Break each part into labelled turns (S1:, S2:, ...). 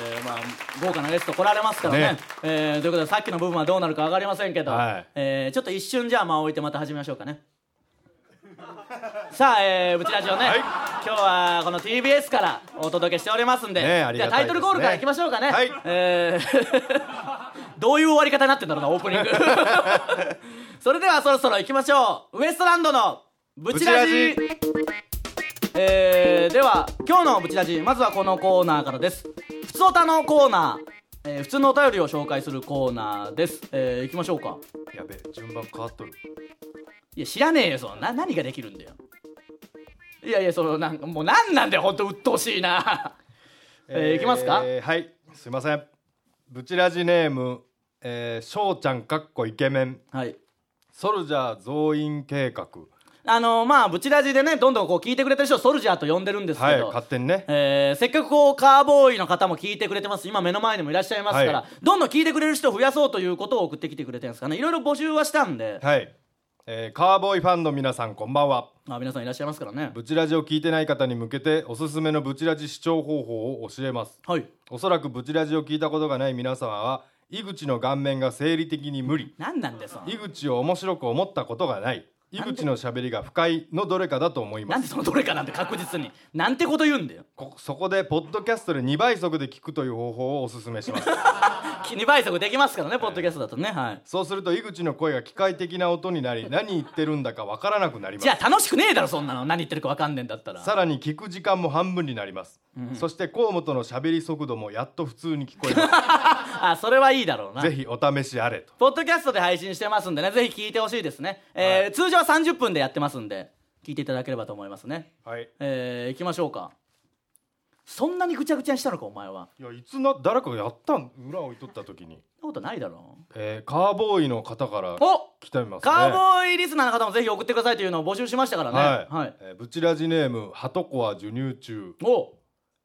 S1: あ豪華なゲスト来られますからね
S2: ね
S1: えーということでさっきの部分はどうなるか分かりませんけど、
S2: はい
S1: えーちょっと一瞬じゃあ間を置いてまた始めましょうかねさあ、えー、ブチラジオね、
S2: はい
S1: 今日はこの TBS からお届けしておりますんで、
S2: ねえあり
S1: じゃ
S2: が
S1: あ
S2: た
S1: タ
S2: い
S1: イ
S2: で
S1: ト
S2: すね
S1: ルコールからいきましょうかね、
S2: はい
S1: えー どういう終わり方になってんだろうなオープニングそれではそろそろ行きましょうウエストランドのブチラジ
S2: ブ
S1: えーでは今日のブチラジまずはこのコーナーからです普通おたのコーナーえー普通のお便りを紹介するコーナーです。えー、行きましょうか。
S2: やべえ順番変わっとる
S1: いや、知らねえよ、その、な、何ができるんだよ。いやいや、その、なんか、もう何なんだよ、ほんと、鬱陶しいな。 えーいきますか
S2: はいすいませんブチラジネームえーしょうちゃんかっこイケメン
S1: はい。
S2: ソルジャー増員計画
S1: あのまあブチラジでねどんどんこう聞いてくれてる人をソルジャーと呼んでるんです
S2: は
S1: け
S2: い
S1: ど、
S2: 勝手にね
S1: えーせっかくこうカーボーイの方も聞いてくれてます今目の前にもいらっしゃいますから、
S2: はい
S1: どんどん聞いてくれる人を増やそうということを送ってきてくれてるんですかねいろいろ募集はしたんで、
S2: はいえーカーボーイファンの皆さんこんばんは
S1: まあ、皆さんいらっしゃいますからね
S2: ブチラジを聞いてない方に向けておすすめのブチラジ視聴方法を教えます
S1: はい
S2: おそらくブチラジを聞いたことがない皆様は井口の顔面が生理的に無理
S1: 何なんでその
S2: 井口を面白く思ったことがない井口の喋りが不快のどれかだと思いま
S1: なん
S2: す
S1: でそのどれかなんて確実になんてこと言うんだよ
S2: こそこでポッドキャストで2倍速で聞くという方法をおすすめします
S1: 2倍速できますからねポッドキャストだとねはい
S2: そうすると井口の声が機械的な音に なり何言ってるんだかわからなくなりま
S1: じ
S2: す
S1: ゃあ楽しくねえだろそんなの何言ってるか分かんねえんだったら
S2: さらに聞く時間も半分になります、そして河本の喋り速度もやっと普通に聞こえま
S1: あそれはいいだろうな
S2: すぜひお試しあれと
S1: ポッドキャストで配信してますんでね、ぜひ聞いてほしいですね。えー通常は30分でやってますんで、聞いていただければと思いますね。
S2: はい
S1: えー、行きましょうか。そんなにぐちゃぐちゃにしたのか、お前は。
S2: いやいつな誰かがやったん裏置いとった時に、
S1: そんなことないだろ
S2: えー、カーボーイの方から
S1: う。お
S2: 来てますね
S1: カーボーイリスナーの方もぜひ送ってくださいというのを募集しましたからね。
S2: は
S1: は
S2: い、
S1: い。
S2: えーブチラジネームハトコア授乳中、
S1: お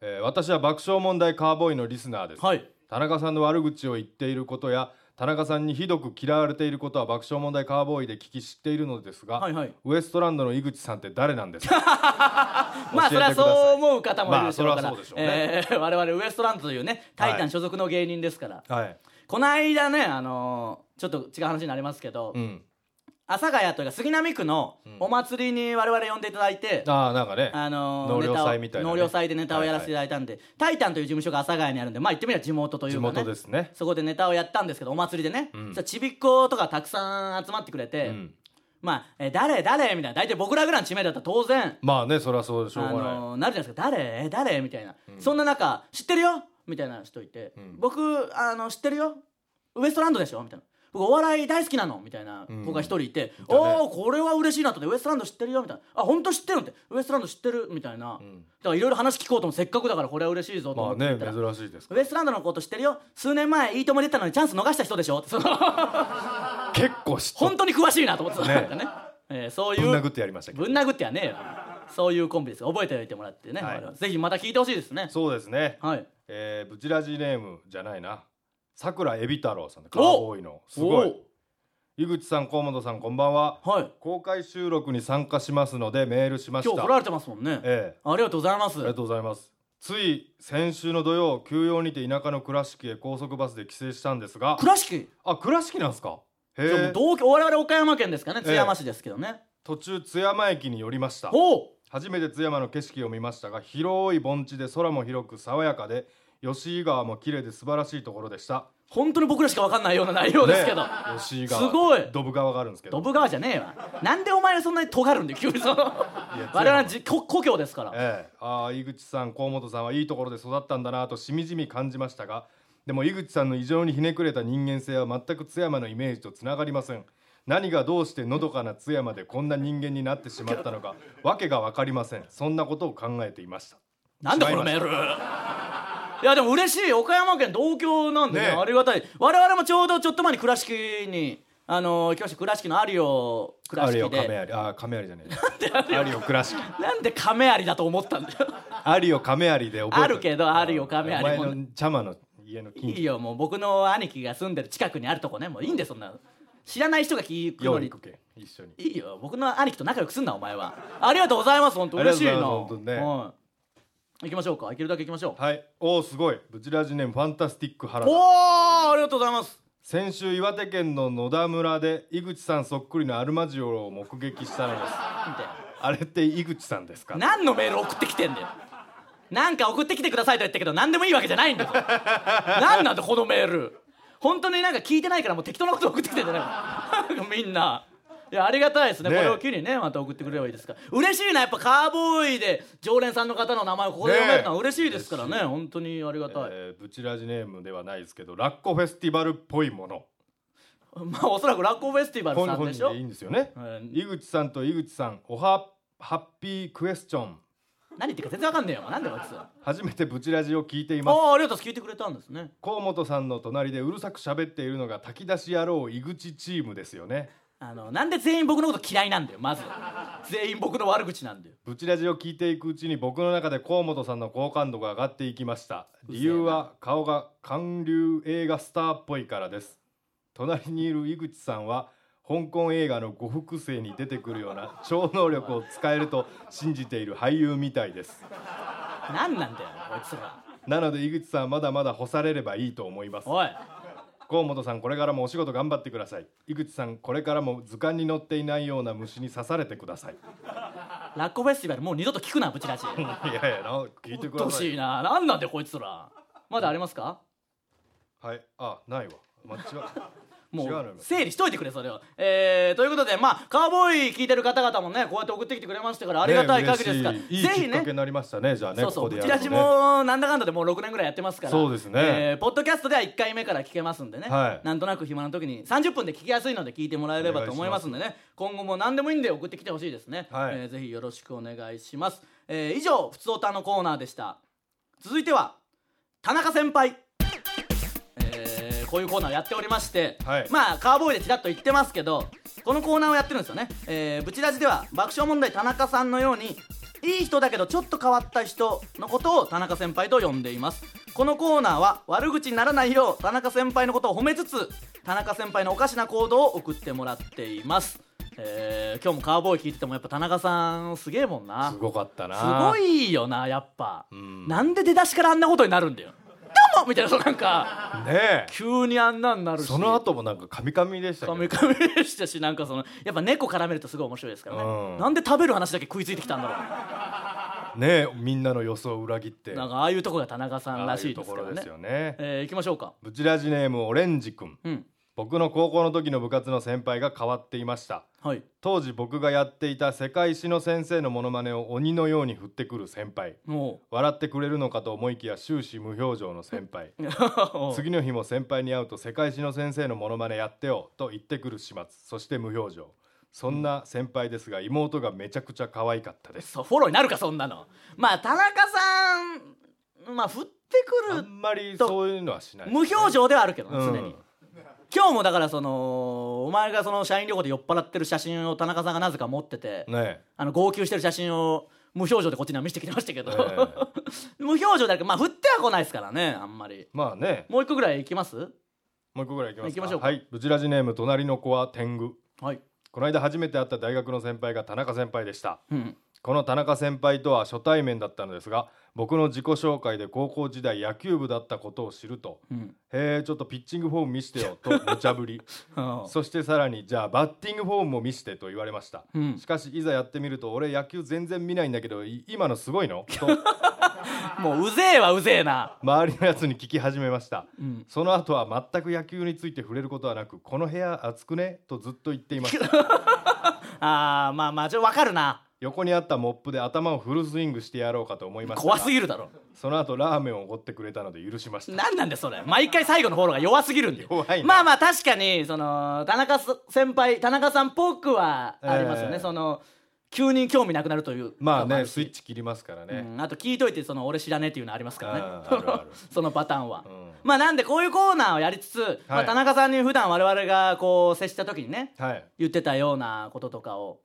S2: えー私は爆笑問題カーボーイのリスナーです、
S1: はい。
S2: 田中さんの悪口を言っていることや田中さんにひどく嫌われていることは爆笑問題カーボーイで聞き知っているのですが、
S1: はいはい
S2: ウエストランドの井口さんって誰なんですか
S1: まあ、そ
S2: 教
S1: れ
S2: え
S1: は
S2: てください
S1: そう思う方もいるでしょうから。
S2: まあそれはそうでしょうね
S1: えー 我々ウエストランドというね、タイタ
S2: は
S1: ン
S2: い
S1: 所属の芸人ですから。
S2: はい、
S1: この間ね、あのーちょっと違う話になりますけど、
S2: うん、
S1: 阿佐ヶ谷というか杉並区のお祭りに我々呼んでいただいて、
S2: ああなんかね
S1: あのー
S2: 納涼祭
S1: ネ
S2: み
S1: タ
S2: た
S1: を
S2: いな、
S1: 納涼祭でネタをやらせていただいたんで、タイタンという事務所が阿佐ヶ谷にあるんでまあ言ってみれば地元という
S2: 地
S1: か、ね、
S2: 元ですね
S1: そこでネタをやったんですけどお祭りでね、
S2: ん
S1: そしたらちびっ子とかたくさん集まってくれて、
S2: うん
S1: まあ、えー誰誰みたいな大体僕らぐらいの知名度だったら当然
S2: まあねそりゃそうでしょう
S1: あ
S2: がない、
S1: のーなるじゃないですか誰えー誰みたいな、そんな中知ってるよみたいな人いて、僕あの知ってるよウエストランドでしょみたいな僕お笑い大好きなのみたいな子が一人いて、
S2: たね
S1: おおこれは嬉しいなと思ってウエストランド知ってるよみたいなあ本当知ってるのってウエストランド知ってるみたいな、だからいろいろ話聞こうともせっかくだからこれは嬉しいぞと
S2: ま
S1: 思
S2: あ
S1: って言
S2: ね
S1: ったら、
S2: 珍しいです
S1: ウエストランドのこと知ってるよ数年前いいとも出たのにチャンス逃した人でしょってそ の
S2: 結構知っと
S1: 本当に詳しいなと思ってた、
S2: ね
S1: なんかね、えーそういう
S2: ぶん殴ってやりましたけど
S1: ぶん殴ってはねえよそういうコンビです覚えておいてもらってね、
S2: はい
S1: 我々ぜひまた聞いてほしいですね
S2: そうですね
S1: はい
S2: えー、ブチラジネームじゃないなさくらえび太郎さんカーボーイのすごい井口さん河本さんこんばんは
S1: おーはい
S2: 公開収録に参加しますのでメールしまし
S1: 今
S2: た
S1: 日来られてますもんね、
S2: ええ
S1: ありがとうございます
S2: ありがとうございますつい先週の土曜休養にて田舎の倉敷へ高速バスで帰省したんですが
S1: 倉敷
S2: あ倉敷なんすかへ
S1: じゃあも
S2: え
S1: う同居我々岡山県ですかね
S2: え
S1: 津山市ですけどね、
S2: 途中津山駅に寄りました
S1: おお
S2: 初めて津山の景色を見ましたが広い盆地で空も広く爽やかで吉井川も綺麗で素晴らしいところでした
S1: 本当に僕らしか分かんないような内容ですけど、
S2: ね吉井川
S1: すごい
S2: ドブ川があるんですけど
S1: ドブ川じゃねえわなんでお前そんなに尖るんで急にその我々のじ故故郷ですから
S2: ええ、ああ井口さん河本さんはいいところで育ったんだなとしみじみ感じましたがでも井口さんの異常にひねくれた人間性は全く津山のイメージとつながりません何がどうしてのどかな津山でこんな人間になってしまったのか訳が分かりませんそんなことを考えていました
S1: なんだこのメールいやでも嬉しい岡山県同郷なんでね
S2: ねえ
S1: ありがたい我々もちょうどちょっと前に倉敷にあのー、教師倉敷の有オ倉
S2: 有
S1: 敷
S2: オ亀
S1: で
S2: 有ああ亀有じゃねえ有オ倉敷
S1: なんで亀有だと思ったんだよ
S2: 有オ亀有で覚えて
S1: あるけど有オ亀有
S2: お前
S1: も
S2: の茶間の家の
S1: い
S2: 近
S1: い
S2: 所
S1: よもう僕の兄貴が住んでる近くにあるとこねもういいんでそんなの知らない人が聞くの
S2: よう
S1: に
S2: 行くけ一緒に
S1: いいよ僕の兄貴と仲良くすんなお前はありがとうございます本当嬉しい
S2: あり
S1: な
S2: がとうございます本当にね
S1: は行きましょうか行けるだけ行きましょう
S2: はいおおすごいブチラジネームファンタスティック原田
S1: おおありがとうございます
S2: 先週岩手県の野田村で井口さんそっくりのアルマジオを目撃したの です
S1: みたいな
S2: あれって井口さんですか
S1: 何のメール送ってきてんだよなんか送ってきてくださいと言ったけど何でもいいわけじゃないんだよ何なんだこのメール本当になんか聞いてないからもう適当なこと送ってきてんじゃないのみんないやありがたいですね
S2: ね
S1: これを機にねまた送ってくれればいいですから嬉しいなやっぱカーボーイで常連さんの方の名前をここで読めるのは嬉しいですからね
S2: ね
S1: 本当にありがたい、
S2: えーブチラジネームではないですけどラッコフェスティバルっぽいもの
S1: まあおそらくラッコフェスティバル
S2: 本
S1: さん
S2: 本
S1: でし
S2: 人
S1: ょ
S2: でいいんですよね、
S1: うん
S2: 井口さんと井口さんおはハッピークエスチョン
S1: 何言ってるか全然わかんねえよなんでこいつあ
S2: 初めてブチラジを聞いています
S1: あありがとうございます聞いてくれたんですね
S2: 河本さんの隣でうるさく喋っているのが炊き出し野郎井口チームですよね
S1: あのなんで全員僕のこと嫌いなんだよまず全員僕の悪口なんだよ
S2: ブチラジを聞いていくうちに僕の中で河本さんの好感度が上がっていきました理由は顔が韓流映画スターっぽいからです隣にいる井口さんは香港映画の呉服生に出てくるような超能力を使えると信じている俳優みたいです
S1: 何なんだよこいつら
S2: なので井口さんはまだまだ干されればいいと思います
S1: おい
S2: 河本さんこれからもお仕事頑張ってください井口さんこれからも図鑑に載っていないような虫に刺されてく ださい
S1: ラッコフェスティバルもう二度と聞くなブチラジ
S2: いやいやな聞いてく
S1: ど
S2: だ
S1: う
S2: さい
S1: しいな何なんだよこいつらまだありますか
S2: はいあないわ間違う
S1: も
S2: 違うの
S1: う
S2: よ
S1: 整理しといてくれそれをえー、ということでまあカウボーイ聞いてる方々もねこうやって送ってきてくれましたからありがたい限りですから、
S2: ね嬉しい
S1: ぜ
S2: いい
S1: ひ
S2: きっか
S1: ね
S2: けになりましたねじゃあね
S1: そうそう、
S2: こ
S1: ブ
S2: こで
S1: チ
S2: や
S1: ラ
S2: る
S1: ジ
S2: とね
S1: もなんだかんだでもう6年ぐらいやってますから
S2: そうですね
S1: えーポッドキャストでは1回目から聞けますんでね、
S2: はい
S1: なんとなく暇な時に30分で聞きやすいので聞いてもらえればと思いますんでね今後も何でもいいんで送ってきてほしいですね、
S2: はい
S1: えーぜひよろしくお願いします、えー以上「ふつおた」のコーナーでした続いては田中先輩えーこういうコーナーをやっておりまして、
S2: はい
S1: まあカーボーイでちらっと言ってますけどこのコーナーをやってるんですよね、えー、ブチラジでは爆笑問題田中さんのようにいい人だけどちょっと変わった人のことを田中先輩と呼んでいますこのコーナーは悪口にならないよう田中先輩のことを褒めつつ田中先輩のおかしな行動を送ってもらっていますえー今日もカーボーイ聞いててもやっぱ田中さんすげえもんな
S2: すごかったな
S1: すごいよなやっぱ、
S2: ん
S1: なんで出だしからあんなことになるんだよどうもみたいなそうなんか
S2: ねえ
S1: 急にあんなんなるし
S2: その後もなんかカミカミでしたけ
S1: カ
S2: ど
S1: メカメでしたしなんかそのやっぱ猫絡めるとすごい面白いですからね、
S2: うん
S1: なんで食べる話だけ食いついてきたんだろ
S2: ねえみんなの予想を裏切って
S1: うなんかああいうとこが田中さん
S2: ああ
S1: らし
S2: い
S1: いうで
S2: と
S1: す
S2: こ
S1: から
S2: ろ
S1: ね
S2: ですよね
S1: えー、行きましょうか
S2: ブチラジネームオレンジ君
S1: うん
S2: 僕の高校の時の部活の先輩が変わっていました
S1: はい
S2: 当時僕がやっていた世界史の先生のモノマネを鬼のように振ってくる先輩
S1: も
S2: 笑ってくれるのかと思いきや終始無表情の先輩
S1: う
S2: 次の日も先輩に会うと世界史の先生のモノマネやってよと言ってくる始末そして無表情そんな先輩ですが妹がめちゃくちゃ可愛かったです
S1: そうフォローになるかそんなのまあ田中さんまあ振って
S2: あ
S1: くる
S2: んまりそういうのはしない
S1: 無表情ではあるけどね
S2: うん
S1: 常に、今日もだからそのお前がその社員旅行で酔っ払ってる写真を田中さんがなぜか持ってて、
S2: ね
S1: あの号泣してる写真を無表情でこっちには見せてきてま したけど、
S2: え
S1: 無表情だけどまあ振っては来ないですからねあんまり
S2: まあね
S1: もう一個ぐらいいきます
S2: もう一個ぐらいいきますか
S1: 行きましょうか
S2: はいブチラジネーム隣の子は天狗
S1: はい、
S2: この間初めて会った大学の先輩が田中先輩でした
S1: うん、
S2: この田中先輩とは初対面だったのですが僕の自己紹介で高校時代野球部だったことを知ると
S1: うん
S2: 「へえちょっとピッチングフォーム見してよ」と無茶ぶりそしてさらに「じゃあバッティングフォームも見して」と言われました、
S1: うん
S2: しかしいざやってみると「俺野球全然見ないんだけどい今のすご いの?」と
S1: もううぜえはうぜえな
S2: 周りのやつに聞き始めました、
S1: ん
S2: その後は全く野球について触れることはなく「この部屋暑くね?」とずっと言っていました
S1: あーまあまあちょっとわかるな
S2: 横にあったモップで頭をフルスイングしてやろうかと思いましたが
S1: 怖すぎるだろ
S2: その後ラーメンをおごってくれたので許しました
S1: なんなんでそれ毎回最後のフォローが弱すぎるんで
S2: 弱いな
S1: まあまあ確かにその田中す先輩田中さんっぽくはありますよね、
S2: ええ
S1: その急に興味なくなるという
S2: まあね
S1: るし
S2: スイッチ切りますから
S1: う
S2: ね、
S1: ん、あと聞いといてその俺知らねえっていうのありますからね
S2: あーあるある
S1: そのパターンは、
S2: ん
S1: まあなんでこういうコーナーをやりつつ、まあ、田中さんに普段我々がこう接した時にね
S2: はい
S1: 言ってたようなこととかを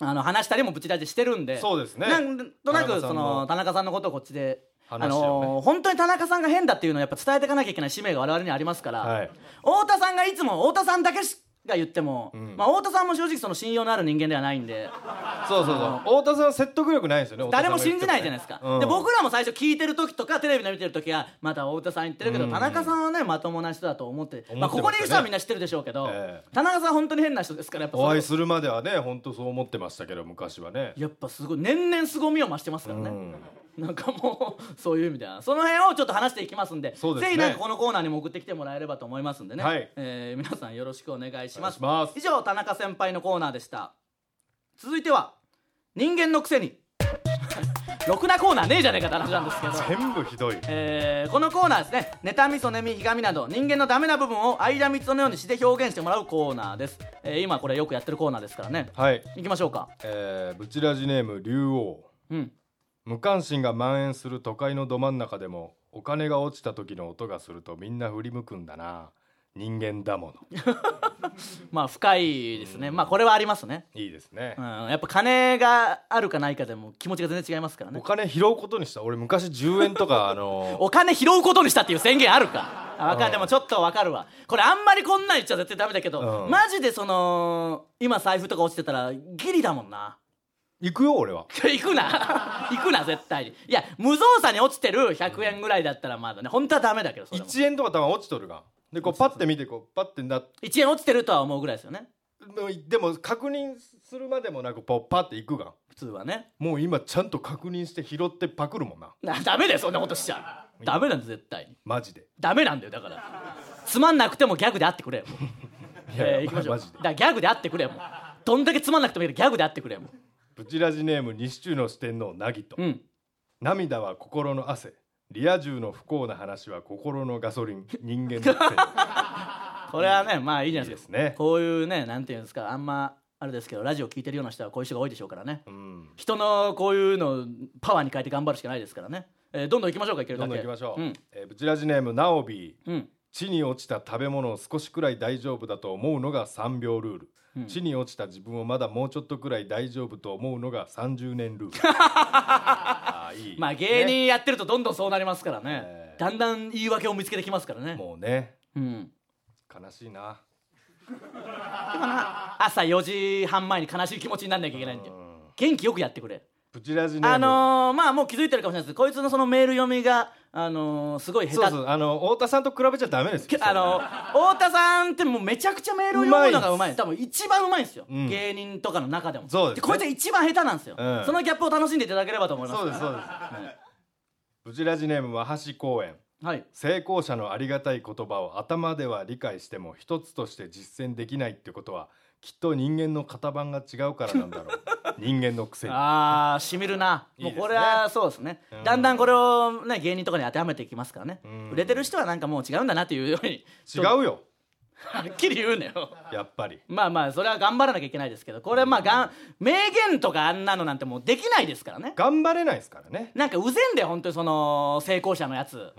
S1: あの話したりもぶち出ししてるんで
S2: そうですね
S1: なんとなくその
S2: 田中
S1: 田中さ
S2: さんの
S1: んのことをこっちで、
S2: 話をね
S1: あのー本当に田中さんが変だっていうのをやっぱ伝えていかなきゃいけない使命が我々にありますから、
S2: はい
S1: 太田さんがいつも太田さんだけしが言っても、
S2: うん
S1: まあ、太田さんも正直その信用のある人間ではないんで
S2: そうそうそう太田さん説得力ないですよね太田
S1: 誰
S2: さん
S1: も
S2: が言
S1: 信
S2: っ
S1: じ
S2: て
S1: ないじゃないですか、
S2: うん
S1: で僕らも最初聞いてる時とかテレビの見てる時はまた太田さん言ってるけど、
S2: うん
S1: 田中さんはねまともな人だと思って
S2: 思ってましたね
S1: まあ、ここにいる人はみんな知ってるでしょうけど、
S2: ええ
S1: 田中さん本当に変な人ですからやっぱそ
S2: お
S1: の
S2: 会いするまではね本当そう思ってましたけど昔はね
S1: やっぱすごい年々凄みを増してますから
S2: う
S1: ね、
S2: ん
S1: なんかもうそういう意味ではその辺をちょっと話していきますんで
S2: そうですね
S1: ぜひなんかこのコーナーにも送ってきてもらえればと思いますんでね、
S2: はい
S1: えー皆さんよろしくお願いし
S2: お
S1: ま
S2: 願い
S1: す
S2: します
S1: 以上田中先輩のコーナーでした続いては人間のくせに ろくなコーナーねえじゃねえかって話なんですけど
S2: 全部ひどい
S1: えーこのコーナーですね妬み嫉みひがみなど人間のダメな部分を間三つのようにして表現してもらうコーナーです、えー今これよくやってるコーナーですからね
S2: はい
S1: 行きましょうか
S2: えーブチラジネーム竜王
S1: うん
S2: 無関心が蔓延する都会のど真ん中でもお金が落ちた時の音がするとみんな振り向くんだな人間だもの
S1: まあ深いですねまあこれはありますね
S2: いいですね
S1: うん、やっぱ金があるかないかでも気持ちが全然違いますからね
S2: お金拾うことにした俺昔10円とかあの
S1: お金拾うことにしたっていう宣言あるかあわか
S2: う
S1: る
S2: ん
S1: でもちょっとわかるわこれあんまりこんなん言っちゃ絶対ダメだけど、
S2: うん
S1: マジでその今財布とか落ちてたらギリだもんな
S2: 行くよ俺は
S1: 行くな 行くな絶対にいや無造作に落ちてる100円ぐらいだったらまだね本当はダメだけどそれも
S2: 1円とかたま落ちとるがでこうパッて見てこうパッてな
S1: 1円落ちてるとは思うぐらいですよね
S2: でも確認するまでもなくこうパッて行くが
S1: 普通はね
S2: もう今ちゃんと確認して拾ってパクるもんな
S1: なダメだよそんなことしちゃダメなんだよ絶対に
S2: マジで
S1: ダメなんだよだからつまんなくてもギャグであってくれよ
S2: い
S1: えー行きましょう
S2: マ
S1: だ
S2: ジで
S1: からギャグであってくれよもうどんだけつまんなくてもいいけどギャグであってくれよも
S2: ブチラジネーム西中の四天王なぎと
S1: ううん
S2: 涙は心の汗リア充の不幸な話は心のガソリン人間のく
S1: これはねまあいいじゃ
S2: せ
S1: ないいで
S2: にいです
S1: か
S2: すね
S1: こういうねなんていうんですかあんまあれですけどラジオ聞いてるような人はこういう人が多いでしょうからね
S2: うん
S1: 人のこういうのをパワーに変えて頑張るしかないですからね、えーどんどん行きましょうかいけるだ
S2: どん
S1: け
S2: どん行きましょう、
S1: うん
S2: えーブチラジネームナオビー
S1: うん
S2: 地に落ちた食べ物を少しくらい大丈夫だと思うのが3秒ルール、地に落ちた自分をまだもうちょっとくらい大丈夫と思うのが30 年ルールあーいい
S1: まあ芸
S2: ね
S1: 人やってるとどんどんそうなりますからね
S2: えー
S1: だんだん言い訳を見つけてきますからね
S2: もうね
S1: うん
S2: 悲しいな
S1: 朝4時半前に悲しい気持ちになんなきゃいけないんだよ元気よくやってくれ
S2: プチラジネーム
S1: あのーまあもう気づいてるかもしれないですこいつのそのメール読みがあのーすごい下手
S2: そうそうあの太田さんと比べちゃダメですよ
S1: あの太田さんってもうめちゃくちゃメールを読むのがうまい多分一番うまいんですよ、
S2: うん
S1: 芸人とかの中でも
S2: そうですね
S1: こいつは一番下手なんですよ、
S2: うん
S1: そのギャップを楽しんでいただければと思います
S2: そうですそうですプチラジネームは橋公園
S1: はい
S2: 成功者のありがたい言葉を頭では理解しても一つとして実践できないってことはきっと人間の型番が違うからなんだろ う人間のくせに
S1: あーしみるな、
S2: いいですね
S1: もうこれはそうですね、
S2: うん
S1: だんだんこれをね芸人とかに当てはめていきますからね、
S2: うん
S1: 売れてる人はなんかもう違うんだなっていうように
S2: 違うよ
S1: はっきり言うなよ
S2: やっぱり
S1: まあまあそれは頑張らなきゃいけないですけどこれはまあがん名言とかあんなのなんてもうできないですからね
S2: 頑張れないですからね
S1: なんかうぜんで本当にその成功者のやつ、
S2: ん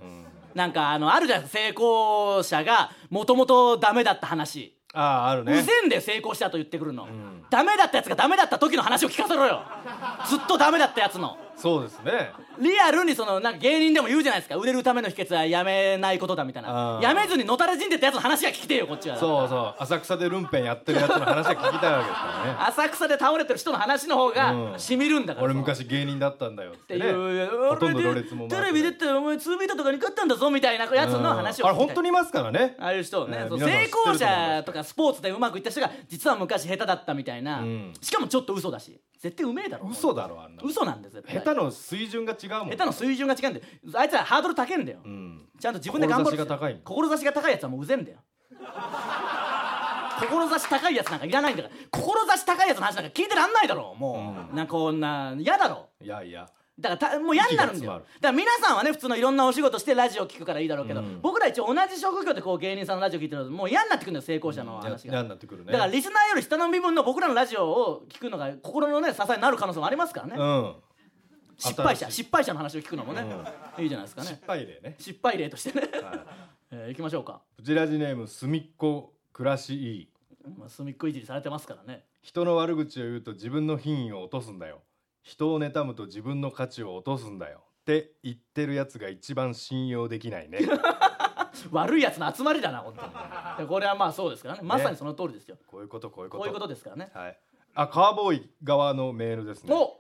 S1: なんかあのあるじゃん成功者がもともとダメだった話、
S2: ああある
S1: う
S2: ね
S1: ぜんで成功したと言ってくるの、ダメだったやつがダメだった時の話を聞かせろよずっとダメだったやつの
S2: そうですね
S1: リアルにそのなんか芸人でも言うじゃないですか売れるための秘訣はやめないことだみたいな
S2: あー
S1: やめずにのたれ死んでったやつの話が聞きてえよこっちは
S2: そうそう浅草でルンペンやってるやつの話は聞きたいわけですからね
S1: 浅草で倒れてる人の話の方
S2: う
S1: が
S2: ん
S1: しみるんだから、
S2: 俺昔芸人だったんだよっ
S1: っててい
S2: ね
S1: う、
S2: ほとんど
S1: 俺
S2: ろ
S1: で
S2: れつも
S1: テレビ出てお前2ビートとかに勝ったんだぞみたいなやつの話を
S2: うんあ
S1: 聞き
S2: れ本
S1: たい
S2: 当にいますからね
S1: ああいう人をね、
S2: えー
S1: そう
S2: 皆さん
S1: 成
S2: 知って
S1: 功
S2: ると思います
S1: 者とかスポーツでうまくいった人が実は昔下手だったみたいな、
S2: ん
S1: しかもちょっと嘘だし絶対うめえだろ
S2: 嘘だろあんなの
S1: 嘘なんだよ絶対
S2: 下手の水準が違うもん
S1: 下手の水準が違うんだよあいつらハードル高いんだよ、
S2: うん
S1: ちゃんと自分で頑張る
S2: 志が高い
S1: 志が高いやつはもううぜんだよ志高いやつなんかいらないんだから志高いやつの話なんか聞いてらんないだろもう、なんかこんな嫌だろ
S2: いやいや
S1: だからたもう嫌になるんだ
S2: 息
S1: よ
S2: が詰ま
S1: だ
S2: る
S1: から皆さんはね普通のいろんなお仕事してラジオ聞くからいいだろうけど、僕ら一応同じ職業でこう芸人さんのラジオ聞いてるともう嫌になってくるんだよ成功者の話が、
S2: 嫌になってくるね
S1: だからリスナーより下の身分の僕らのラジオを聞くのが心のね支えになる可能性もありますからね、
S2: うん
S1: 失敗者
S2: 新しい
S1: 失敗者の話を聞くのもね、いいじゃないですかね
S2: 失敗例ね
S1: 失敗例としてね、
S2: はい
S1: えー、いきましょうか
S2: フジラジネームすみっこ暮らしいい
S1: まあ、隅っこいじりされてますからね
S2: 人の悪口を言うと自分の品位を落とすんだよ人を妬むと 自分の価値を落とすんだよって言ってるやつが一番信用できないね
S1: 悪いやつの集まりだな本当にこれはまあそうですからねまさにその通りですよ
S2: こういうことこういうこと
S1: こういうことですからね
S2: はいあカーボーイ側のメールですね
S1: お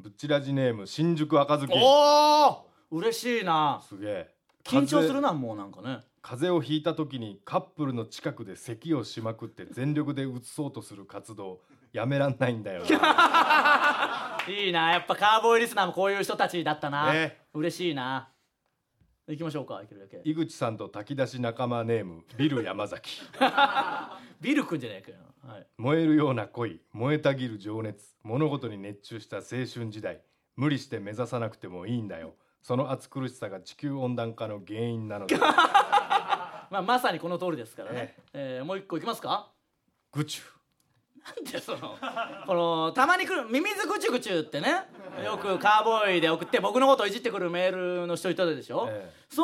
S2: ぶっちらじネーム新宿赤ずき
S1: おお嬉しいな
S2: すげえ
S1: 緊張する
S2: な
S1: なもうなんかね
S2: 風邪をひいた時にカップルの近くで咳をしまくって全力で移そうとする活動やめらんないんだよな
S1: いいなやっぱカーボーイリスナーもこういう人たちだったな、
S2: ね
S1: 嬉しいな行きましょうかいけるだけ
S2: 井口さんと炊き出し仲間ネームビル山崎
S1: ビルくんじゃないかよ、はい、
S2: 燃えるような恋燃えたぎる情熱物事に熱中した青春時代無理して目指さなくてもいいんだよその暑苦しさが地球温暖化の原因なので
S1: まあ、まさにこの通りですからね、えーもう一個いきますか
S2: ぐちゅ
S1: なんでそのこのたまに来る「ミミズグチュグチュ」ってねよくカーボーイで送って僕のことをいじってくるメールの人いたでしょ、
S2: ええ
S1: そ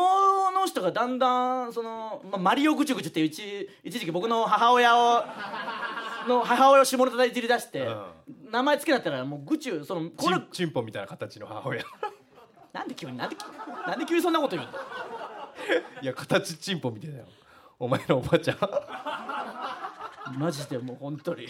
S1: の人がだんだんその、まあ、マリオグチュグチュっていう一一時期僕の母親をの母親を下ネタでいじり出して、名前つけなったらもうグチュそのこ
S2: チ
S1: れ
S2: ンチンポみたいな形の母親
S1: なんで急になんでなんで急にそんなこと言うんだ
S2: いや形チンポみたいだよお前のおばちゃん
S1: マジでもう本当に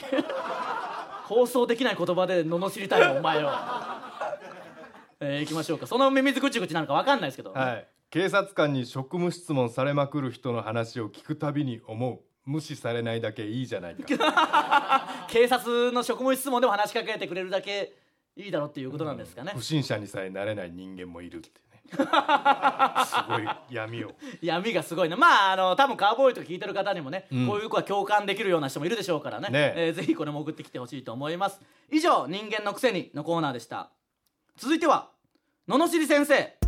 S1: 放送できない言葉で罵りたいわお前を えー、いきましょうかそのミミズグチュグチュなのかわかんないですけど、
S2: はい警察官に職務質問されまくる人の話を聞くたびに思う無視されないだけいいじゃないか
S1: 警察の職務質問でも話しかけてくれるだけいいだろうっていうことなんですかね、
S2: 不審者にさえなれない人間もいるって ねすごい闇を
S1: 闇がすごいなまああの多分カーボーイとか聞いてる方にもね、こういう子は共感できるような人もいるでしょうからね
S2: ね
S1: えーぜひこれも送ってきてほしいと思います以上「人間のくせに」のコーナーでした続いては「ののしり先生」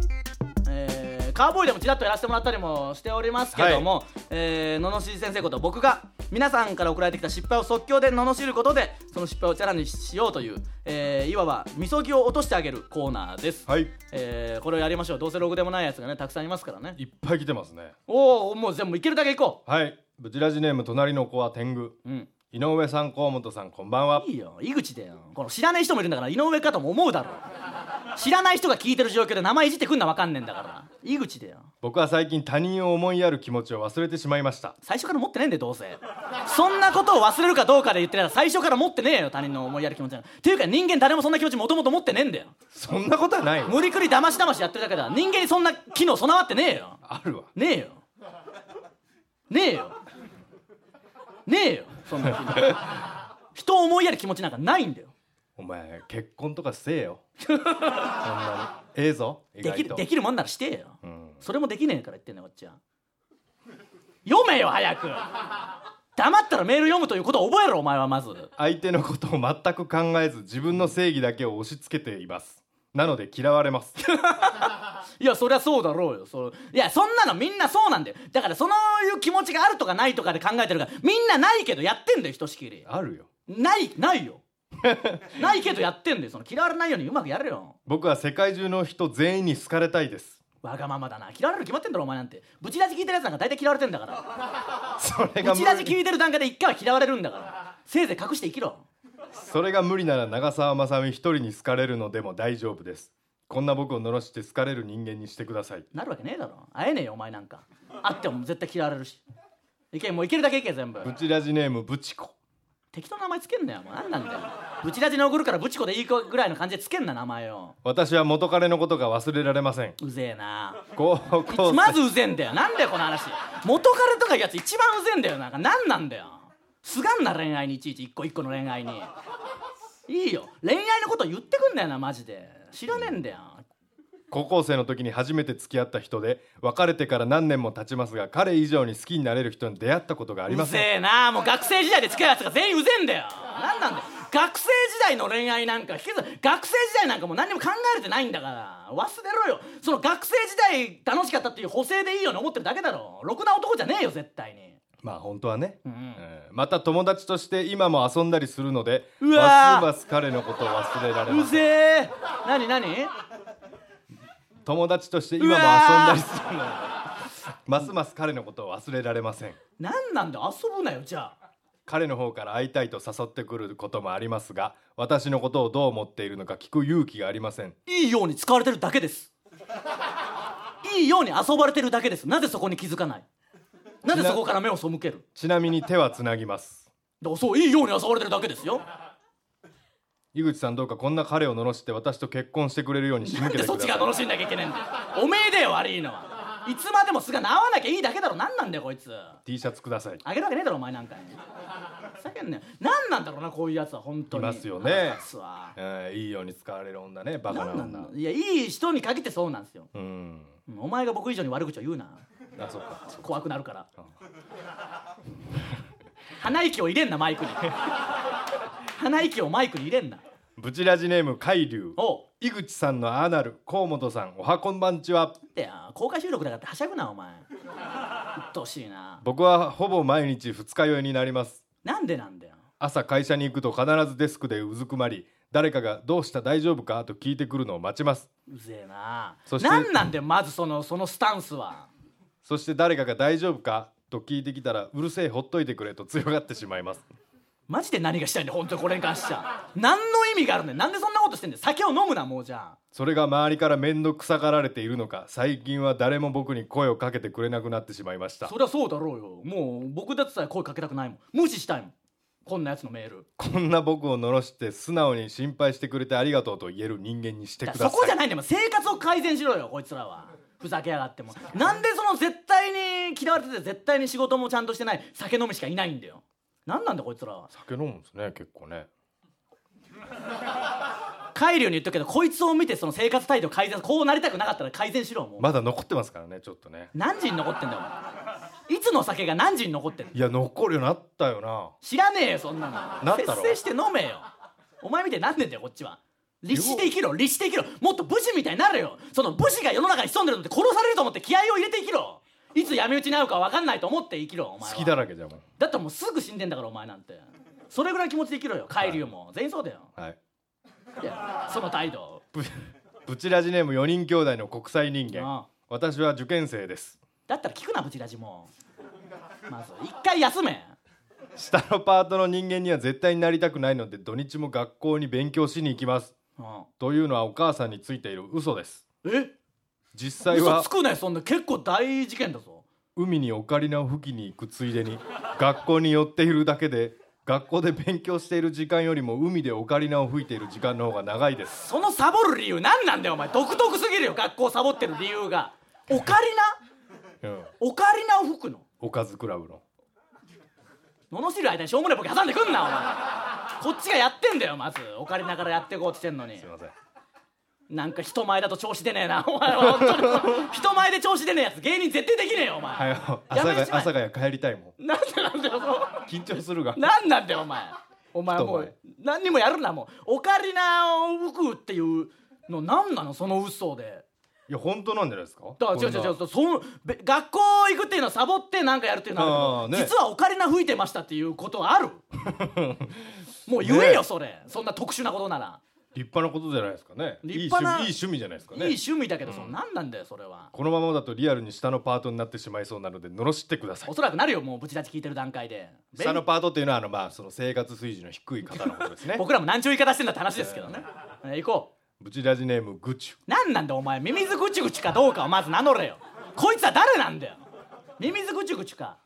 S1: えーカーボーイでもちらっとやらせてもらったりもしておりますけども、えーののしり先生こと僕が皆さんから送られてきた失敗を即興で罵ることでその失敗をチャラにしようという、えーいわばみそぎを落としてあげるコーナーです、
S2: はい
S1: えーこれをやりましょうどうせログでもないやつがねたくさんいますからね
S2: いっぱい来てますね
S1: おおもう全部いけるだけ行こ
S2: はいブチラジネーム隣の子は天狗
S1: ううん
S2: 井上さん河本さんこんばんはい
S1: いよ井口だよこの知らない人もいるんだから井上かとも思うだろ知らない人が聞いてる状況で名前いじってくんなわかんねえんだから井口だよ
S2: 僕は最近他人を思いやる気持ちを忘れてしまいました
S1: 最初から持ってねえんだよどうせそんなことを忘れるかどうかで言ってたら最初から持ってねえよ他人の思いやる気持ちなんてっていうか人間誰もそんな気持ちもともと持ってねえんだよ
S2: そんなことはないよ
S1: 無理くり騙し騙しやってるだけだ人間にそんな機能備わってねえよ
S2: あるわ
S1: ねえよねえよねえよそんな機能人を思いやる気持ちなんかないんだよ
S2: お前結婚とかせえよ そんなにええぞ意
S1: でき
S2: 外
S1: る
S2: と
S1: できるもんならしてよ、
S2: ん
S1: それもできねえから言ってんねこっちは読めよ早く黙ったらメール読むということを覚えろお前はまず
S2: 相手のことを全く考えず自分の正義だけを押し付けていますなので嫌われます
S1: いやそりゃそうだろうよそういやそんなのみんなそうなんだよだからそのいう気持ちがあるとかないとかで考えてるからみんなないけどやってんだよひとしきり
S2: あるよ
S1: ないない よないけどやってんだよその嫌われないようにうまくやれよ
S2: 僕は世界中の人全員に好かれたいです
S1: わがままだな嫌われる決まってんだろお前なんてブチラジ聞いてるやつなんか大体嫌われてんだから
S2: それが
S1: ブ
S2: 無
S1: チ
S2: 理
S1: ラジ聞いてる段階で一回は嫌われるんだからせいぜい隠して生きろ
S2: それが無理なら長澤まさみ一人に好かれるのでも大丈夫ですこんな僕を罵して好かれる人間にしてください
S1: なるわけねえだろ会えねえよお前なんか会っても絶対嫌われるしいけもういけるだけいけ全部
S2: ブチラジネームブチコ
S1: 適当な名前つけんなよもう何なんだよブチラジに送るからブチコでいい子ぐらいの感じでつけんな名前を
S2: 私は元彼のことが忘れられません
S1: うぜえな
S2: 高
S1: い
S2: 校
S1: つま
S2: 生
S1: ずうぜえんだよなんだよこの話元彼とかいうやつ一番うぜえんだよなんか何なんだよすがんな恋愛にいちいち一個一個の恋愛にいいよ恋愛のこと言ってくんだよなマジで知らねえんだよ
S2: 高校生の時に初めて付き合った人で別れてから何年も経ちますが彼以上に好きになれる人に出会ったことがありま
S1: う
S2: せ
S1: ぜ
S2: ん
S1: えなもう学生時代で付き合うやつが全員うぜえんだよなんなんだよ学生時代の恋愛なんか引きず学生時代なんかもう何にも考えれてないんだから忘れろよその学生時代楽しかったっていう補正でいいように思ってるだけだろろくな男じゃねえよ絶対に
S2: まあ本当はね、
S1: ん
S2: えーまた友達として今も遊んだりするので
S1: うわー
S2: ますます彼のことを忘れられ
S1: う
S2: ません
S1: ぜえ何何
S2: 友達として今も遊んだりするのでますます彼のことを忘れられません
S1: 何なんだよ遊ぶなよじゃあ
S2: 彼の方から会いたいと誘ってくることもありますが私のことをどう思っているのか聞く勇気がありません
S1: いいように使われてるだけですいいように遊ばれてるだけですなぜそこに気づかないなぜそこから目を背ける
S2: ちなみに手はつなぎます
S1: だからそういいように遊ばれてるだけですよ
S2: 井口さんどうかこんな彼を罵って私と結婚してくれるように仕向
S1: なん
S2: け
S1: で
S2: て
S1: そっ
S2: くだ
S1: ち
S2: さ
S1: が
S2: い
S1: 楽しんなきゃいけねえんだよおめえだよ悪いのはいつまでもすがなわなきゃいいだけだろ何なんだよこいつ
S2: T シャツください
S1: あげるわけねえだろお前なんか叫んね何なんだろうなこういうやつは本当に
S2: いますよね
S1: 腹立つわ
S2: えーいいように使われる女ねバカな
S1: 何な
S2: 女
S1: んだいやいい人に限ってそうなんですよ
S2: うん
S1: うんお前が僕以上に悪口を言うな
S2: あそっか
S1: 怖くなる から鼻息を入れんなマイクに鼻息をマイクに入れんな
S2: ブチラジネーム海流
S1: おう
S2: 井口さんのアナル河本さんおはこんばんちは
S1: ってや公開収録だからってはしゃぐなお前うっとうしいな
S2: 僕はほぼ毎日二日酔いになります
S1: なんでなんだよ
S2: 朝会社に行くと必ずデスクでうずくまり誰かが「どうした大丈夫か?」と聞いてくるのを待ちます
S1: うぜえな
S2: そして
S1: なんなんだよまずそのそのスタンスは
S2: そして誰かが「大丈夫か?」と聞いてきたら「うるせえほっといてくれ」と強がってしまいます
S1: マジで何がしたいんだよ本当にこれに関しては何の意味があるんだよなんでそんなことしてんだよ酒を飲むなもうじゃあ
S2: それが周りから面倒くさがられているのか最近は誰も僕に声をかけてくれなくなってしまいました
S1: そりゃそうだろうよもう僕だってさえ声かけたくないもん無視したいもんこんなやつのメール
S2: こんな僕を罵して素直に心配してくれてありがとうと言える人間にしてください
S1: そこじゃないんだよもう生活を改善しろよこいつらはふざけやがってもなんでその絶対に嫌われてて絶対に仕事もちゃんとしてない酒飲みしかいないんだよなんなんだこいつらは
S2: 酒飲むんですね結構ね
S1: 海流に言っとくけどこいつを見てその生活態度改善こうなりたくなかったら改善しろもう、
S2: まだ残ってますからねちょっとね
S1: 何時に残ってんだよお前いつの酒が何時に残ってんの
S2: いや残るようになったよな
S1: 知らねえよそんなの
S2: なったろ
S1: 節制して飲めよお前みたいになんでんだよこっちは律して生きろ律して生きろもっと武士みたいになれよその武士が世の中に潜んでるのって殺されると思って気合を入れて生きろいつ闇討ちに遭うか分かんないと思って生きろお前は
S2: 好きだらけじゃもん
S1: だってもうすぐ死んでんだからお前なんてそれぐらいの気持ちで生きろよ海流も、全員そうだよ
S2: はい
S1: いやその態度
S2: ブブチラジネーム4人兄弟の国際人間
S1: ああ
S2: 私は受験生です
S1: だったら聞くなブチラジもまず一回休め
S2: 下のパートの人間には絶対になりたくないので土日も学校に勉強しに行きます
S1: う
S2: というのはお母さんについている嘘です
S1: んえ
S2: 実際
S1: 嘘
S2: は
S1: つくねそんな結構大事件だぞ
S2: 海にオカリナを吹きに行くついでに学校に寄っているだけで学校で勉強している時間よりも海でオカリナを吹いている時間の方が長いです
S1: そのサボる理由何なんだよお前独特すぎるよ学校サボってる理由がオカリナ
S2: うん
S1: オカリナを吹くの
S2: おかずクラブの
S1: 罵る間にしょうもないボケ挟んでくんなお前こっちがやってんだよまずオカリナからやってこうってしてんのに
S2: すいません
S1: なんか人前だと調子出ねえなお前は本当に人前で調子出ねえやつ芸人絶対できねえよお前、
S2: はい朝
S1: やめ
S2: が
S1: ちまえ
S2: 朝がや帰りたいも
S1: なんでなんだよそうん
S2: 緊張するが
S1: なんなんだよお前お前も
S2: 人
S1: う何にもやるなもうオカリナを吹くっていうの何なのその嘘で
S2: いや本当なんじゃないですか
S1: だから違う違う違うそのべ学校行くっていうのはサボってなんかやるっていうのはあるけど、
S2: あーね
S1: 実はオカリナ吹いてましたっていうこと はあるもう言えよそれ、そんな特殊なことなら、
S2: 立派なことじゃないですかね
S1: 立派ない
S2: い趣味いい趣味じゃないですかね
S1: いい趣味だけどその何なんだよそれは
S2: このままだとリアルに下のパートになってしまいそうなので罵ってください
S1: おそらくなるよもうブチ立ち聞いてる段階でべん
S2: 下のパートっていうのはあのまあその生活水準の低い方のことですね
S1: 僕らも何ちゅう言い方してんだって話ですけどね、 えー行こう
S2: ブチラジネームグチュ
S1: なんなんだお前ミミズグチュグチュかどうかをまず名乗れよこいつは誰なんだよミミズグチュグチュか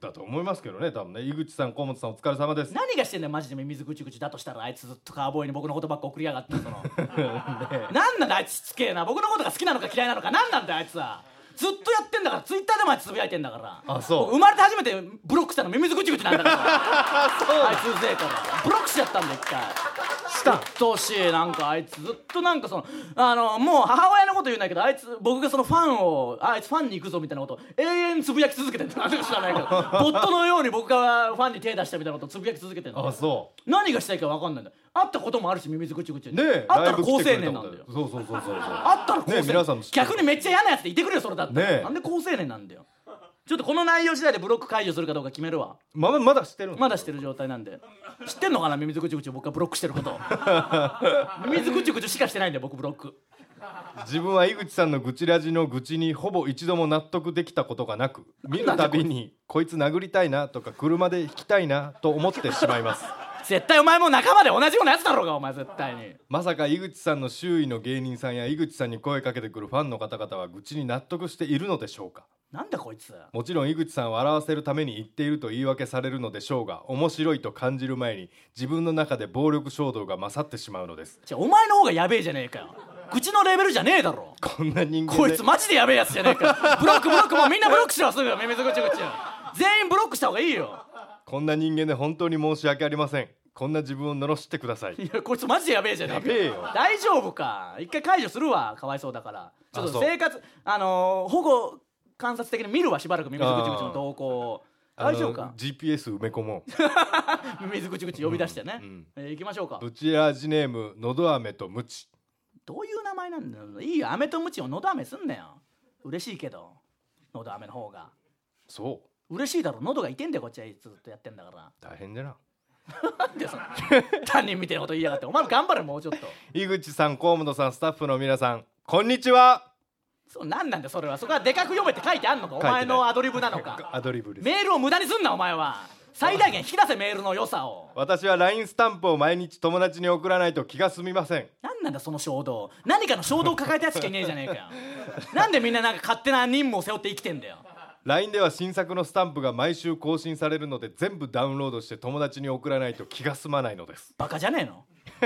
S2: だと思いますけどね多分ね井口さん河本さんお疲れ様で す
S1: 何がしてんだよマジでミミズグチュグチュだとしたらあいつずっとカーボーイに僕のことばっか送りやがってそのなんなんだあいつしつけえな僕のことが好きなのか嫌いなのか何なんだよあいつはずっとやってんだからツイッターでもあいつつぶやいてんだから
S2: あそう
S1: 僕生まれて初めてブロックしたのミミズグチュグチュなんだから あいつうぜえからブロックしちゃったんだ一回
S2: した
S1: 鬱陶しいなんかあいつずっとなんかそのあのもう母親のこと言うんだけどあいつ僕がそのファンをあいつファンに行くぞみたいなこと永遠つぶやき続けてんだなんでか知らないけどボットのように僕がファンに手出したみたいなことつぶやき続けてん
S2: あ
S1: の
S2: そ
S1: 何がしたいか分かんないんだよ会ったこともあるしミミズグチグチ
S2: うねえ
S1: 会った
S2: だい
S1: ら
S2: ぶ
S1: 好青
S2: 来てく
S1: 年
S2: れた
S1: な
S2: こ
S1: ん
S2: と
S1: だよ
S2: そうそうそうそうそう
S1: あったら高
S2: ね
S1: 青
S2: え皆さんも知
S1: 年
S2: ってる
S1: 逆にめっちゃ嫌なやつでいてくれよそれだったら、
S2: ねえ
S1: なんで高青年なんだよちょっとこの内容次第でブロック解除するかどうか決めるわ
S2: まだまだ知ってるの
S1: まだしてる状態なんで知ってんのかなミミズグチグチを僕がブロックしてること をミミズグチグチしかしてないんだよ僕ブロック
S2: 自分は井口さんの愚痴ラジの愚痴にほぼ一度も納得できたことがなく見るたびにこいつ殴りたいなとか車で引きたいなと思ってしまいます
S1: 絶対お前も仲間で同じようなやつだろうがお前絶対に
S2: まさか井口さんの周囲の芸人さんや井口さんに声かけてくるファンの方々は愚痴に納得しているのでしょうか
S1: なんだこいつ
S2: もちろん井口さんを笑わせるために言っていると言い訳されるのでしょうが面白いと感じる前に自分の中で暴力衝動が勝ってしまうのです
S1: じゃあお前の方がやべえじゃねえかよ口のレベルじゃねえだろ
S2: こんな人間
S1: こい
S2: で
S1: つマジでやべえやつじゃねえかブロックブロックもうみんなブロックしろすぐミミズグチグチ全員ブロックした方がいいよ
S2: こんな人間で本当に申し訳ありませんこんな自分を罵ってください
S1: いやこいつマジでやべえじゃねえか
S2: やべえよ
S1: 大丈夫か一回解除するわかわいそうだからちょっと
S2: あそう
S1: 生活あのー保護観察的に見るわしばらくミミズグチグチの動向を
S2: あの
S1: 大丈夫か
S2: GPS 埋め込も
S1: ミミズグチグチ呼び出してね、
S2: ん
S1: えー行きましょうか
S2: うブチアージネームのど飴とムチ
S1: どういう名前なんだよいいよ飴とムチをのど飴すんなよ嬉しいけどのど飴の方が
S2: そう
S1: 嬉しいだろ喉が痛いんだよこっちはずっとやってんだから
S2: 大変だな
S1: なん でその他人みたいなこと言いやがってお前も頑張れもうちょっと
S2: 井口さん河本さんスタッフの皆さんこんにちは
S1: そうなんなんだよそれはそこはでかく読めって書いてあんのかお
S2: いてない
S1: 前のアドリブなのか
S2: アドリブです
S1: メールを無駄にすんなお前は最大限引き出せメールの良さを
S2: 私は LINE スタンプを毎日友達に送らないと気が済みません
S1: なんなんだその衝動何かの衝動を抱えたやつしかいねえじゃねえか よなんでみんななんか勝手な任務を背負って生きてんだよ
S2: LINE では新作のスタンプが毎週更新されるので全部ダウンロードして友達に送らないと気が済まないのです
S1: バカじゃねえの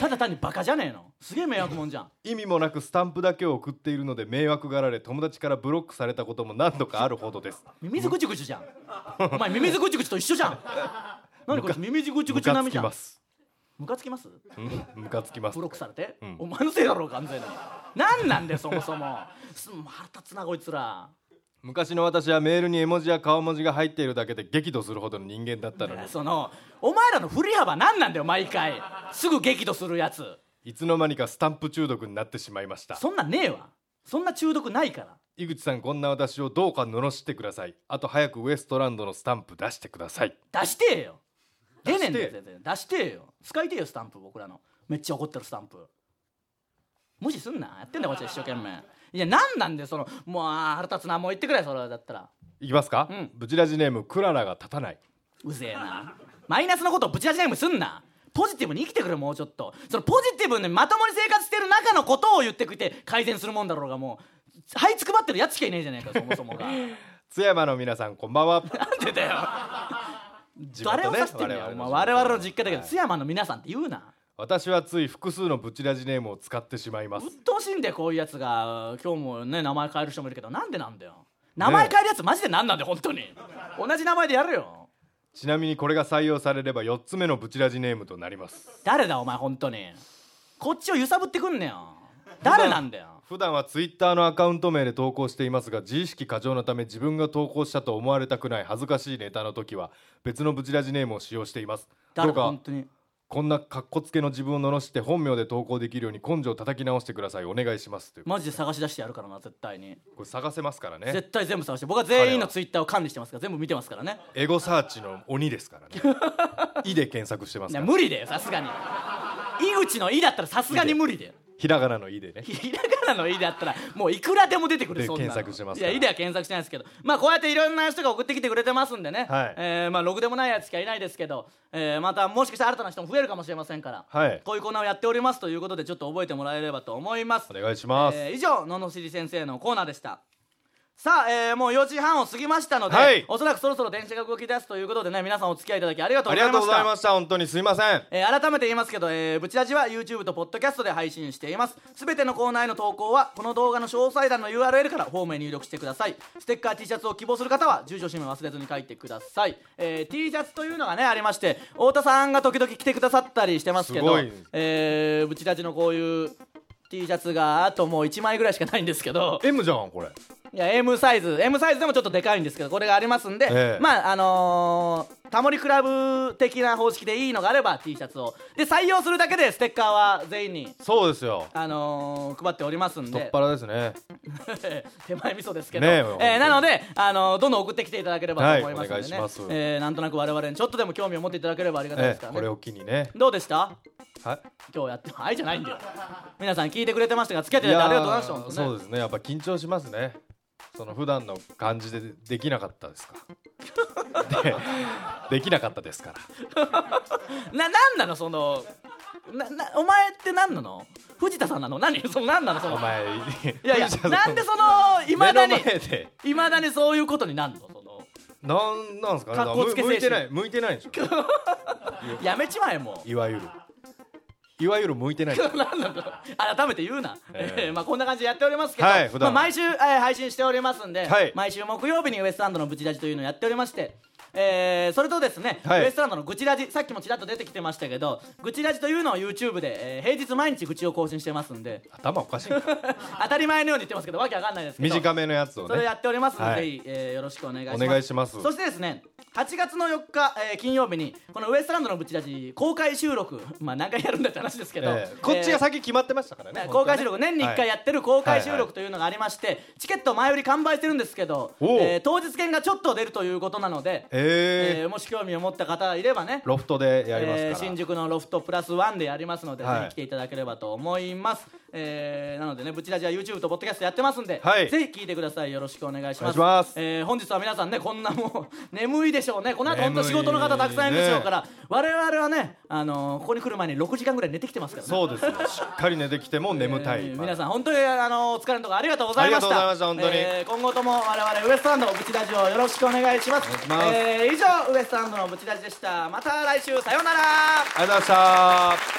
S1: ただ単にバカじゃねえのすげえ迷惑もんじゃん
S2: 意味もなくスタンプだけを送っているので迷惑がられ友達からブロックされたことも何度かあるほどです
S1: ミミズグチグチじゃんお前ミミズグチグチと一緒じゃん何こいつミミズグチグ
S2: ム
S1: チ
S2: カ
S1: 並
S2: つ
S1: みじ
S2: き
S1: ゃん
S2: ます
S1: ムカつきます
S2: うんムカつきます
S1: ブロックされて、
S2: ん
S1: お前のせいだろう完全に何なんだよそもそもす腹立つなこいつら
S2: 昔の私はメールに絵文字や顔文字が入っているだけで激怒するほどの人間だったのに
S1: そのお前らの振り幅何なんだよ毎回すぐ激怒するやつ
S2: いつの間にかスタンプ中毒になってしまいました
S1: そんなんねえわそんな中毒ないから
S2: 井口さんこんな私をどうか罵ってくださいあと早くウエストランドのスタンプ出してください
S1: 出してえよ出ねえんだよ
S2: 出して
S1: 全然出してえよ使いてえよスタンプ僕らのめっちゃ怒ってるスタンプ無視すんなやってんだこっちは一生懸命いや何なんだよそのもうあー腹立つなもう言ってくれそれだったら
S2: いきますか、
S1: うん
S2: ブチラジネームクララが立たないう
S1: ぜえなマイナスのことをぶち出しないようにすんなポジティブに生きてくれもうちょっとそのポジティブにまともに生活してる中のことを言ってくれて改善するもんだろうがもう這いつくばってるやつしかいねえじゃねえかそもそも がなん
S2: 津山の皆さんこんばんは
S1: でだよ
S2: 地元ね
S1: 誰を指してんだよ
S2: 我々
S1: 我
S2: の地元
S1: 々我々の実家だけど、
S2: はい
S1: 津山の皆さんって言うな
S2: 私はつい複数のブチラジネームを使ってしまいます
S1: 鬱陶しいんだよこういうやつが今日もね名前変える人もいるけどなんでなんだよ名前変えるやつマジでなんなんだよ本当に同じ名前でやるよ
S2: ちなみにこれが採用されれば4つ目のブチラジネームとなります
S1: 誰だお前本当にこっちを揺さぶってくんねよ誰なんだよ
S2: 普段はツイッターのアカウント名で投稿していますが自意識過剰なため自分が投稿したと思われたくない恥ずかしいネタの時は別のブチラジネームを使用していますど
S1: 誰
S2: う
S1: か
S2: か
S1: 本当に
S2: こんなかっこつけの自分を罵って本名で投稿できるように根性を叩き直してくださいお願いしますという
S1: マジで探し出してやるからな絶対に
S2: これ探せますからね
S1: 絶対全部探して僕は全員のツイッターを管理してますから全部見てますからね
S2: エゴサーチの鬼で すからね「い」で検索してます
S1: いや
S2: から
S1: 無理だよさすがに井口の「井」だったらさすがに無理だよ
S2: ひらがなの「い」でね
S1: ひらがなの「い」だったらもういくらでも出てくる
S2: で
S1: そんなの
S2: 検索してます
S1: い
S2: か
S1: や「
S2: ら
S1: い」では検索してないですけどまあこうやっていろんな人が送ってきてくれてますんでね、
S2: はい
S1: えーまあろくでもないやつしかいないですけど、えーまたもしかしたら新たな人も増えるかもしれませんから、
S2: はい
S1: こういうコーナーをやっておりますということでちょっと覚えてもらえればと思います
S2: お願いします、
S1: えー以上野々尻先生のコーナーでしたさあ、えーもう4時半を過ぎましたので、
S2: はい
S1: おそらくそろそろ電車が動き出すということでね皆さんお付き合いいただきありがとうご
S2: あり
S1: ざ
S2: が
S1: い
S2: と
S1: ま
S2: うご
S1: し
S2: ざいま
S1: た
S2: した本当にすいません
S1: えー改めて言いますけど、えー、ブチラジは YouTube と Podcast で配信していますすべてのコーナーへの投稿はこの動画の詳細欄の URL からフォームへ入力してくださいステッカー T シャツを希望する方は住所氏名忘れずに書いてください、えー T シャツというのがねありまして太田さんが時々来てくださったりしてますけ
S2: す
S1: ど
S2: ごい
S1: えーブチラジのこういう T シャツがあともう1枚ぐらいしかないんですけど
S2: M じゃんこれ
S1: いや M サイズ M サイズでもちょっとでかいんですけどこれがありますんで、
S2: ええ
S1: まああのータモリクラブ的な方式でいいのがあれば T シャツをで採用するだけでステッカーは全員に、
S2: そうですよ
S1: あのー配っておりますん
S2: 太っ
S1: で
S2: 腹ですね
S1: 手前味噌ですけど、
S2: ねえ
S1: えー
S2: 本当に
S1: なので、あのーどんどん送ってきていただければと思いますんでね、
S2: はいお願いします
S1: えーなんとなく我々にちょっとでも興味を持っていただければありがたいで
S2: え
S1: すか
S2: え
S1: ら
S2: こ
S1: ね、
S2: れを機にね
S1: どうでした
S2: は
S1: 今日やって 愛じゃないんだよ皆さん聞いてくれてましたが付き合っ
S2: い
S1: ていただいてありがとうございました
S2: ー
S1: 本当ね
S2: そうですねやっぱ緊張しますねその普段の感じでできなかったですかでできなかったですから
S1: ななんなのそのななお前って何なの藤田さんなの何 その何なのそ
S2: お
S1: の
S2: 前
S1: いや いやなんでそのいま
S2: 目
S1: だ
S2: の
S1: に
S2: 前で
S1: いまだにそういうことになんのその
S2: なんなんですかねだ
S1: か
S2: か
S1: っ
S2: ら
S1: こつけ
S2: む向いて
S1: 精神
S2: ない向いてないでしょ
S1: やめちまえも
S2: いわゆるいわゆる向いてない
S1: う何なの改めて言うな、
S2: え
S1: え
S2: え
S1: ーまあ、こんな感じでやっておりますけど、
S2: はい普
S1: まあ、
S2: 段
S1: 毎週、えー配信しておりますんで、
S2: はい
S1: 毎週木曜日にウエストランドのブチラジというのをやっておりまして、えーそれとですね、
S2: はい
S1: ウエストランドの愚痴ラジさっきもちらっと出てきてましたけど愚痴ラジというのを YouTube で、えー平日毎日愚痴を更新してますんで
S2: 頭おかしいな
S1: 当たり前のように言ってますけどわけわかんないですけど
S2: 短めのやつを
S1: それを
S2: ね
S1: やっておりますので、
S2: はい
S1: ぜひ、えーよろしくお願いします
S2: お願いします
S1: そしてですね8月の4日、えー金曜日にこのウエストランドのブチラジ公開収録 まあ何回やるんだって話ですけど、
S2: ええこっちが
S1: えー
S2: 先決まってましたからね
S1: ね公開収録年に1回やってる公開収
S2: はいは
S1: 録
S2: い
S1: というのがありまして、チケット前売り完売してるんですけど、
S2: おう
S1: えー当日券がちょっと出るということなので、
S2: え
S1: えーもし興味を持った方いればね
S2: ロフトでやりますから、
S1: えー新宿のロフトプラスワンでやりますので、
S2: はい
S1: ぜひ来ていただければと思います、えーなのでねブチラジは YouTube とポッドキャストやってますんで、
S2: はい
S1: ぜひ聞いてくださいよろしくお願いします
S2: お願いします
S1: えー本日は皆さんねこんなもう 眠いでしょうねこの後本当
S2: 眠い
S1: 仕事の方たくさんいるでしょうから、我々はね、あのーここに来る前に6時間ぐらい寝てきてますからね
S2: そうですよしっかり寝てきても眠たい、
S1: えー皆さん本当にあのお疲れのところありがとうございました
S2: ありがとうございました
S1: えー今後とも我々ウエストランドのブチラジをよろしくお願いします
S2: お願いします
S1: えー以上ウエストランドのブチラジでしたまた来週さようなら
S2: ありがとうございました